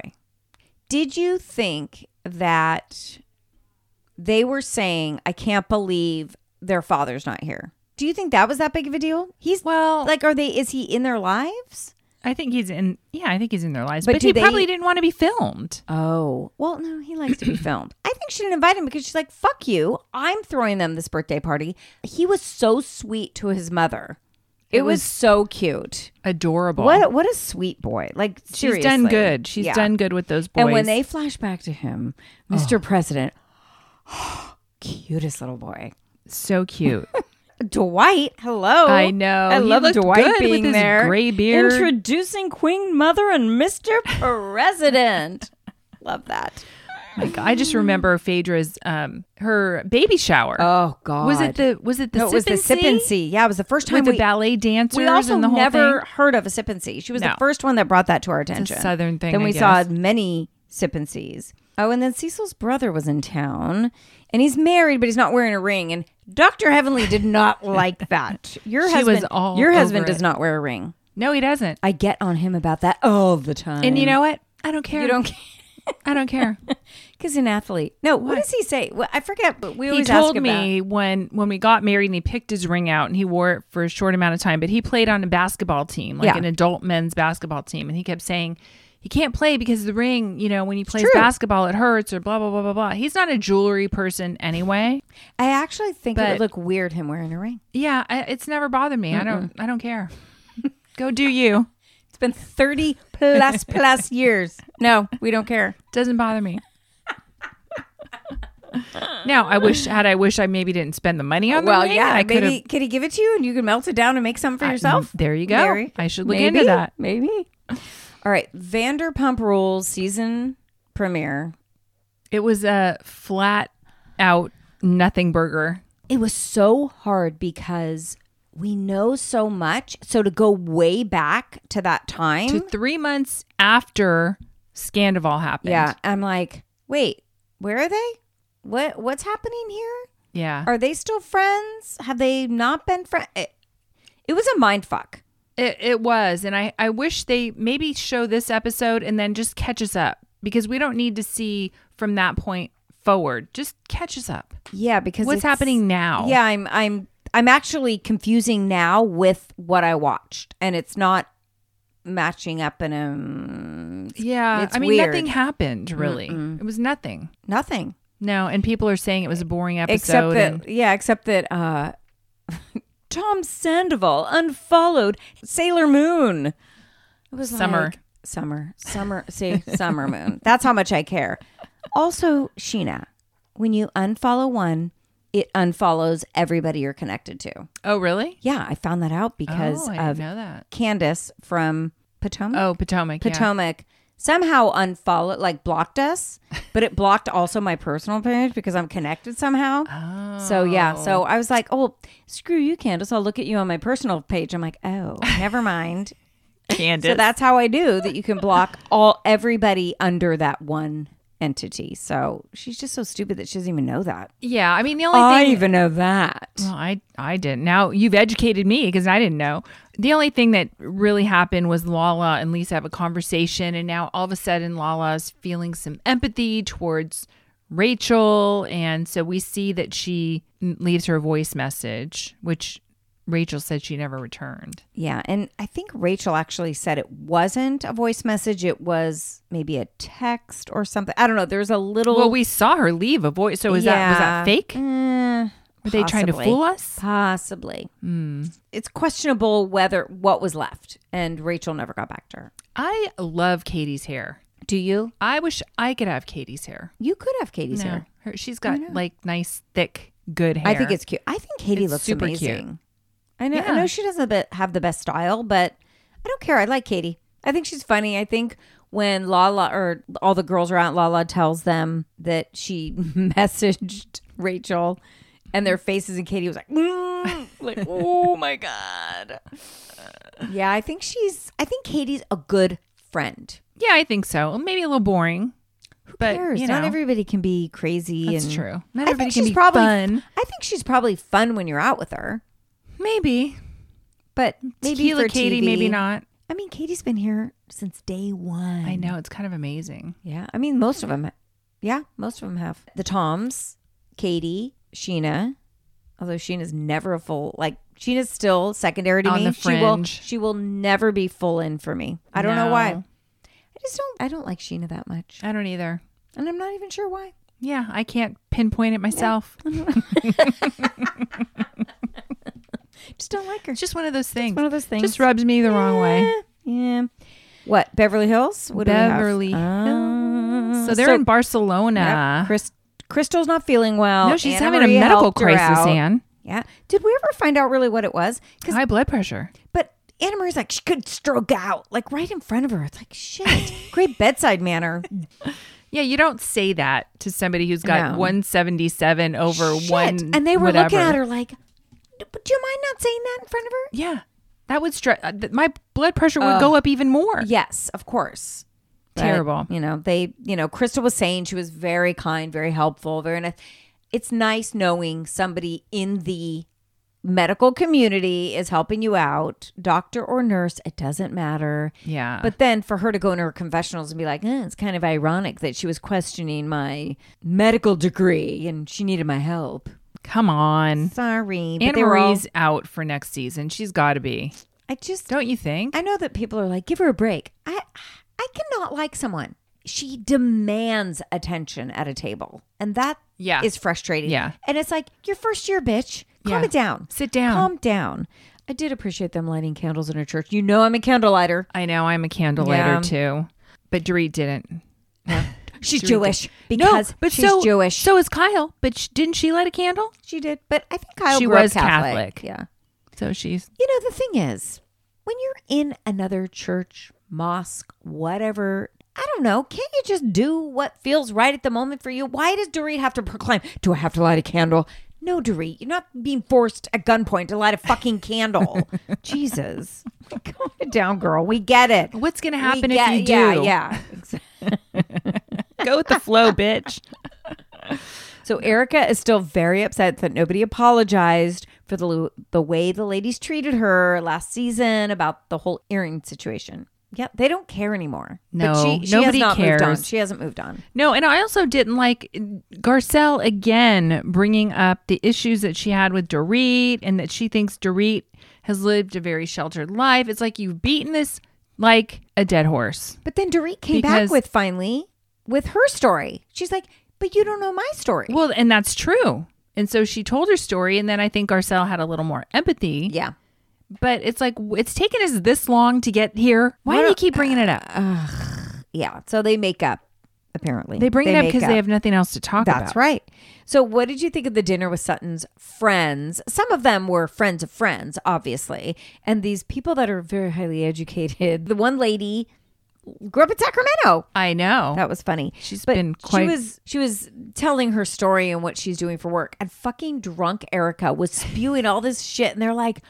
Did you think that they were saying, "I can't believe their father's not here"? Do you think that was that big of a deal? He's Well- like, are they? Is he in their lives? I think he's in, yeah, I think he's in their lives. But But, do he they- probably didn't want to be filmed. Oh, well, no, he likes to be filmed. I think she didn't invite him because she's like, fuck you. I'm throwing them this birthday party. He was so sweet to his mother. It, was, so cute. Adorable. What what a sweet boy. Like She's seriously. done good. She's Yeah. done good with those boys. Oh. And when they flash back to him, Mr. President, (gasps) cutest little boy. so cute. Dwight, hello. I know. I He love looked Dwight good with being his there. gray beard. Introducing Queen Mother and Mr. President. (laughs) love that. like I (laughs) just remember Phaedra's um her baby shower. Oh God. was it the was it the No, it was the sip and see. Yeah, it was the first time with the we, ballet dancers we also and the whole never thing? heard of a sip and see. She was the No. first one that brought that to our attention. southern thing, Then I we guess. saw many sip and sees. Oh, and then Cecil's brother was in town, and he's married, but he's not wearing a ring. And Doctor Heavenly did (laughs) not like that. Your She was husband, all your husband over does it. not wear a ring. No, he doesn't. I get on him about that all the time. And you know what? I don't care. you don't (laughs) care I (laughs) don't care. because he's an athlete. No, what, does he say? Well, I forget. But we he always ask told about- me when when we got married and he picked his ring out and he wore it for a short amount of time but he played on a basketball team like Yeah. an adult men's basketball team and he kept saying he can't play because the ring you know when he plays true. basketball it hurts or blah blah blah blah blah he's not a jewelry person anyway I actually think it would But- look weird him wearing a ring. yeah I, it's never bothered me i don't i don't care go do you It's been 30 (laughs) plus plus years. No, we don't care. doesn't bother me (laughs) now i wish had i wish i maybe didn't spend the money on the Well, ring, yeah, i could have maybe could he give it to you and you can melt it down and make something for yourself? there you go. Mary? I should look Maybe, into that. Maybe. All right, Vanderpump Rules season premiere. It was a flat out nothing burger. It was so hard because we know so much. So to go way back to that time, To three months after Scandival happened. yeah, I'm like, wait, where are they? What what's happening here? Yeah. Are they still friends? Have they not been friends? It, it was a mind fuck. It, it was. And I, I wish they maybe show this episode and then just catch us up because we don't need to see from that point forward. Just catch us up. Yeah, because What's it's- happening now? Yeah, I'm I'm I'm actually confusing now with what I watched, and it's not matching up in um Yeah. It's I mean, weird. nothing happened really. It was nothing. nothing No. And people are saying it was a boring episode. except that and- yeah, except that uh (laughs) Tom Sandoval unfollowed Sailor Moon. It was Summer. like- summer, summer. See, Summer Moon. (laughs) That's how much I care. Also, Sheena, when you unfollow one, it unfollows everybody you're connected to. oh, really? Yeah, I found that out because oh, I of didn't know that. Candace from Potomac. Oh, Potomac. yeah. Potomac somehow unfollowed, like blocked (laughs) us, but it blocked also my personal page because I'm connected somehow. So yeah, so I was like, oh, screw you, Candace. I'll look at you on my personal page. I'm like, oh, never (laughs) mind. Candace. so that's how I do that. You can block all everybody under that one entity. So she's just so stupid that she doesn't even know that. yeah. I mean, the only I thing. even know that. Well, I I didn't. Now you've educated me because I didn't know. The only thing that really happened was Lala and Lisa have a conversation, and now all of a sudden Lala's feeling some empathy towards Rachel, and so we see that she n- leaves her voice message, which Rachel said she never returned. Yeah, and I think Rachel actually said it wasn't a voice message; it was maybe a text or something. I don't know. There's a little. Well, we saw her leave a voice. So is that Yeah. was that fake? Mm, Were they trying to possibly. fool us? Hmm. Possibly. It's questionable whether what was left, and Rachel never got back to her. I love Katie's hair. Do you? I wish I could have Katie's hair. You could have Katie's No. hair. Her, she's got like nice, thick, good hair. I think it's cute. I think Katie It's looks super cute. amazing. I know. I Yeah. know she doesn't be- have the best style, but I don't care. I like Katie. I I think she's funny. I think when Lala or all the girls are out, Lala tells them that she (laughs) messaged Rachel, and their faces, and Katie was like, "Mm." (laughs) Like, oh my god. "Yeah, I think she's. I think Katie's a good friend. Yeah, I think so. Maybe a little boring. but Cares. you Not know, everybody can be crazy. That's and true. Not I think everybody can she's be probably, fun. I think she's probably fun when you're out with her, maybe but maybe tequila for Katie, TV. maybe not. I mean, Katie's been here since day one. I know it's kind of amazing. Yeah. I mean, most of them. Yeah. Most of them have. The Toms, Katie, Sheena, although Sheena's never a full, like, Sheena's still secondary to On me. the She will, fringe. she will never be full in for me. I don't know why. No. I just don't, I don't like Sheena that much. I don't either. And I'm not even sure why. Yeah, I can't pinpoint it myself. Just don't like her. It's just one of those things. one of those things. Just rubs me the wrong way. Eh, yeah. What? Beverly Hills? What Beverly do we have? Ah. Hills. So they're in Barcelona. Chris, Crystal's not feeling well. No, she's Anna having Maria a medical helped her crisis, out. Anne. Yeah. Did we ever find out really what it was? Because High blood pressure. but Anna Marie's like she could stroke out like right in front of her. It's like (laughs) shit. Great bedside manner. Yeah, you don't say that to somebody who's got No. 177 over Shit. one. and they were whatever. looking at her like, "D- "Do you mind not saying that in front of her?" Yeah, that would stress. My blood pressure would go up even more. Yes, of course. But, Terrible. you know, they, you know, Crystal was saying she was very kind, very helpful, very nice. It's nice knowing somebody in the medical community is helping you out, doctor or nurse, it doesn't matter. Yeah. But then for her to go into her confessionals and be like, eh, it's kind of ironic that she was questioning my medical degree and she needed my help. Come on. Sorry. Anne they were all- Marie's out for next season. She's got to be, I just don't you think? I know that people are like, give her a break. I I cannot like someone. She demands attention at a table. And that Yeah. is frustrating. Yeah. And it's like, your first year, bitch. Calm Yeah. it down. Sit down. Calm down. I did appreciate them lighting candles in her church. You know I'm a candle lighter. I know I'm a candle Yeah. lighter too, but Dorit didn't. She's Dorit Jewish. did- Because no, but she's so, Jewish. So is Kyle, but sh- didn't she light a candle? she did. But I think Kyle She grew up was Catholic. Yeah. So she's You know, the thing is, when you're in another church, mosque, whatever, I don't know, can't you just do what feels right at the moment for you? Why does Dorit have to proclaim, do I have to light a candle? No, Dorit, you're not being forced at gunpoint to light a fucking (laughs) candle. Jesus. Calm it down, girl. We get it. what's going to We happen get- if you do? Yeah, yeah. Go with (laughs) the flow, bitch. So Erica is still very upset that nobody apologized for the the way the ladies treated her last season about the whole earring situation. Yeah, they don't care anymore. No, she, she has nobody not Moved on. cares. She hasn't moved on. No, and I also didn't like Garcelle again bringing up the issues that she had with Dorit and that she thinks Dorit has lived a very sheltered life. It's like you've beaten this like a dead horse. But then Dorit came back Because- with finally with her story. She's like, "But you don't know my story." Well, and that's true. And so she told her story, and then I think Garcelle had a little more empathy. yeah, But it's like w- it's taken us this long to get here. Why do you keep bringing it up? (sighs) yeah. So they make up. Apparently, they bring it up make because they have nothing else to talk That's about. right. So, what did you think of the dinner with Sutton's friends? Some of them were friends of friends, obviously. And these people that are very highly educated. (laughs) The one lady grew up in Sacramento. I know. That was funny. She's But been quite- She was she was telling her story and what she's doing for work, and fucking drunk Erica was spewing all this shit, and they're like,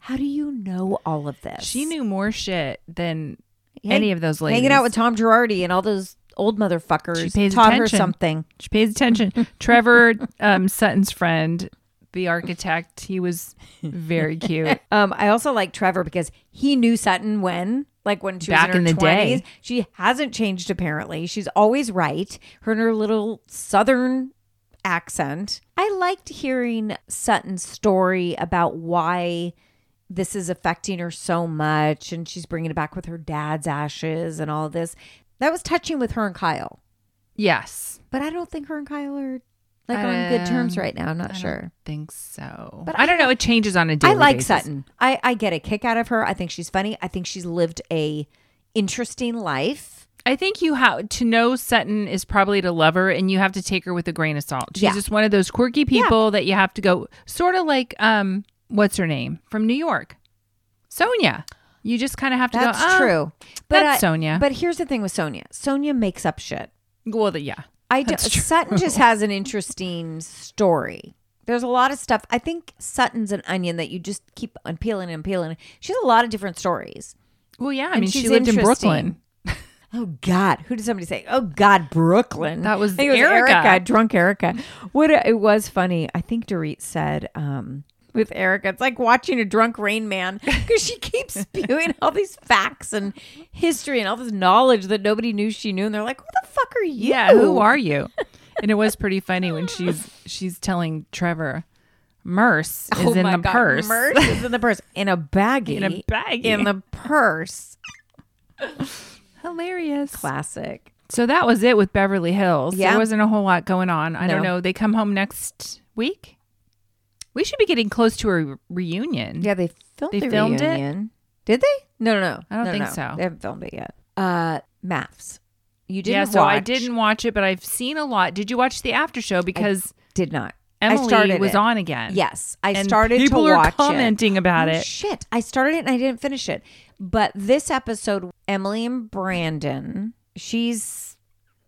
"How do you know all of this?" she knew more shit than Hang- any of those ladies. hanging out with Tom Girardi and all those old motherfuckers. She pays taught her attention. something. She pays attention. (laughs) Trevor um, Sutton's friend, the architect, he was (laughs) very cute. Um, I also like Trevor because he knew Sutton when, like when she Back was in, in her 20s. the day. She hasn't changed apparently. She's always right. Her and her little southern accent. I liked hearing Sutton's story about why this is affecting her so much and she's bringing it back with her dad's ashes and all of this. That was touching with her and Kyle. Yes. But I don't think her and Kyle are like on good terms Um, right now. I'm not sure. Think so. But But I, don't know. It changes on a daily I like basis. Sutton. I, I get a kick out of her. I think she's funny. I think she's lived a interesting life. I think you have to know Sutton is probably to love her, and you have to take her with a grain of salt. She's Yeah. just one of those quirky people that you have to go sort of like um, what's her name from New York, Sonia. You just kind of have to That's go. "Oh, true. that's Sonia." But here's the thing with Sonia. Sonia makes up shit. Well, the, yeah. I do, Sutton just has an interesting story. There's a lot of stuff. I think Sutton's an onion that you just keep unpeeling and peeling. She has a lot of different stories. Well, yeah. I And mean, she she's lived in interesting. Brooklyn. Oh God, who did somebody say? Oh God, Brooklyn. That was I think it Erica. drunk Erica. What a- it was funny. I think Dorit said um, with Erica, it's like watching a drunk Rain Man because she keeps (laughs) spewing all these facts and history and all this knowledge that nobody knew she knew, and they're like, "Who the fuck are you? Yeah. Who are you? And it was pretty (laughs) funny when she's she's telling Trevor, Merce is Oh in my the God, purse. Merce is in the purse in a baggie. (laughs) In a baggie. in the purse. Hilarious. Classic. So that was it with Beverly Hills. Yeah. There wasn't a whole lot going on. I don't No. know. They come home next week. We should be getting close to a re- reunion. Yeah, they filmed. They the filmed it? reunion. Did they? No, no, no. I don't No, think no. so. They haven't filmed it yet. Uh, maths. You didn't. yeah, so I watch- didn't watch it, but I've seen a lot. Did you watch the after show? Because Did not. I Emily started was it. on again. Yes, I And started. people to are watch it. commenting about Oh, it. Shit, I started it and I didn't finish it. But this episode, Emily and Brandon, she's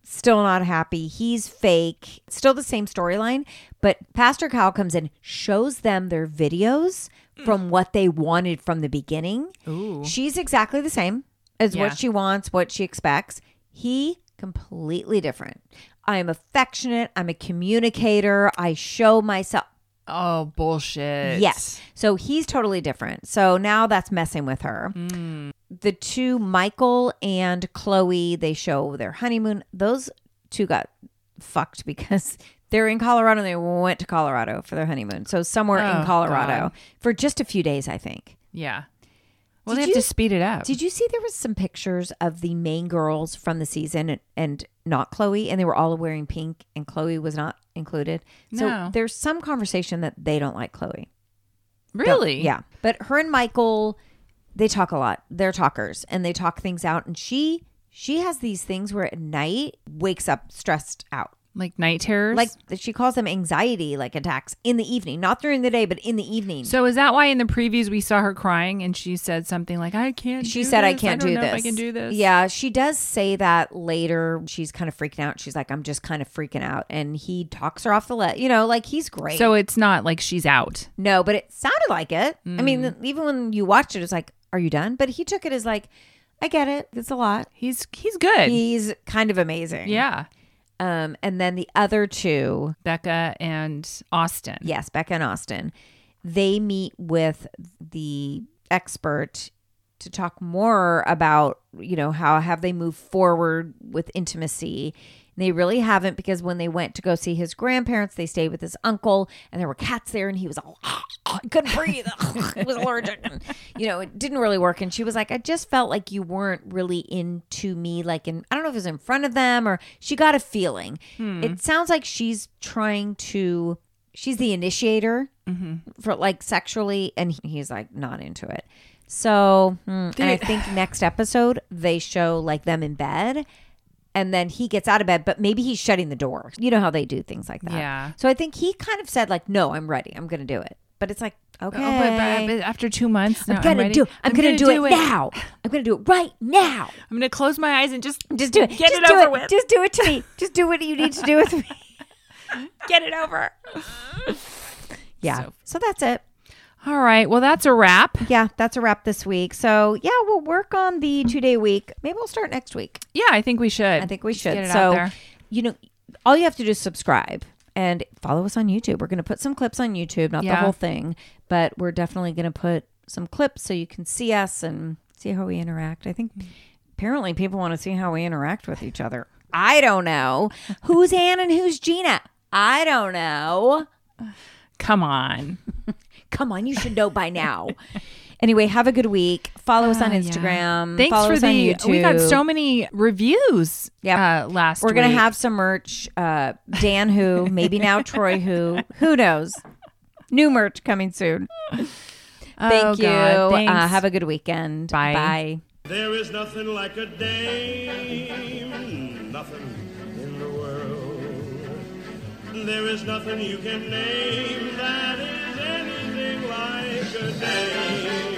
still not happy. He's fake. Still the same storyline, but Pastor Kyle comes in, shows them their videos from what they wanted from the beginning. Ooh. She's exactly the same as Yeah. what she wants, what she expects. He completely different. I am affectionate. I'm a communicator. I show myself. Oh, bullshit. Yes. So he's totally different. So now that's messing with her. Mm. The two, Michael and Chloe, they show their honeymoon. Those two got fucked because (laughs) they're in Colorado and they went to Colorado for their honeymoon. So somewhere Oh, in Colorado God. for just a few days, I think. Yeah. Well, Did they have you- to speed it up. Did you see there was some pictures of the main girls from the season and, and not Chloe, and they were all wearing pink, and Chloe was not included. No. So there's some conversation that they don't like Chloe. Don't- really? Yeah. But her and Michael, they talk a lot. They're talkers and they talk things out. And she she has these things where at night wakes up stressed out. Like night terrors. Like she calls them anxiety like attacks in the evening, not during the day, but in the evening. So is that why in the previews we saw her crying and she said something like, "I can't." she do said, "I this. can't I don't do know this. If I can do this." Yeah, she does say that later. She's kind of freaking out. She's like, "I'm just kind of freaking out," and he talks her off the ledge. You know, like he's great. So it's not like she's out. No, but it sounded like it. I mean, even when you watched it, it's like, are you done? But he took it as like, I get it. It's a lot. He's he's good. He's kind of amazing. yeah. Um, and then the other two, Becca and Austin. yes, Becca and Austin, they meet with the expert to talk more about, you know, how have they moved forward with intimacy. And they really haven't because when they went to go see his grandparents, they stayed with his uncle and there were cats there and he was all couldn't breathe. (laughs) He was allergic. And, you know, it didn't really work. And she was like, I just felt like you weren't really into me. Like, in, I don't know if it was in front of them or she got a feeling. It sounds like she's trying to, she's the initiator for like sexually. And he- he's like, not into it. So hmm, and I think next episode they show like them in bed. And then he gets out of bed, but maybe he's shutting the door. You know how they do things like that. Yeah. So I think he kind of said like, "No, I'm ready. I'm gonna do it." But it's like, okay, Oh, but, but, but after two months, now I'm gonna ready. do. I'm, gonna, do, it, now. I'm gonna do it right now. I'm gonna close my eyes and just Just do it. Get Just it do over with. Just do it to me. Just do what you need to do with me. (laughs) get it over. (laughs) Yeah. So- so that's it. All right. Well, that's a wrap. Yeah, that's a wrap this week. So yeah, we'll work on the two day week. Maybe we'll start next week. Yeah, I think we should. I think we Just should. Get it so, out there. you know, all you have to do is subscribe and follow us on YouTube. We're going to put some clips on YouTube, not the Yeah. whole thing, but we're definitely going to put some clips so you can see us and see how we interact. I think apparently people want to see how we interact with each other. I don't (laughs) know. Who's Ann and who's Gina? I don't know. Come on. Come on, you should know by (laughs) now. anyway, have a good week. Follow us on Ah, Yeah. Instagram. Thanks follow for us the. on YouTube. We got so many reviews. Yep. Uh, last We're gonna week. have some merch. Uh, Dan who, maybe now Troy who, who knows? New merch coming soon. Thank Oh, you. God. Thanks. Uh, have a good weekend. Bye. Bye. There is nothing like a dame, nothing in the world. There is nothing you can name that is anything like a dame.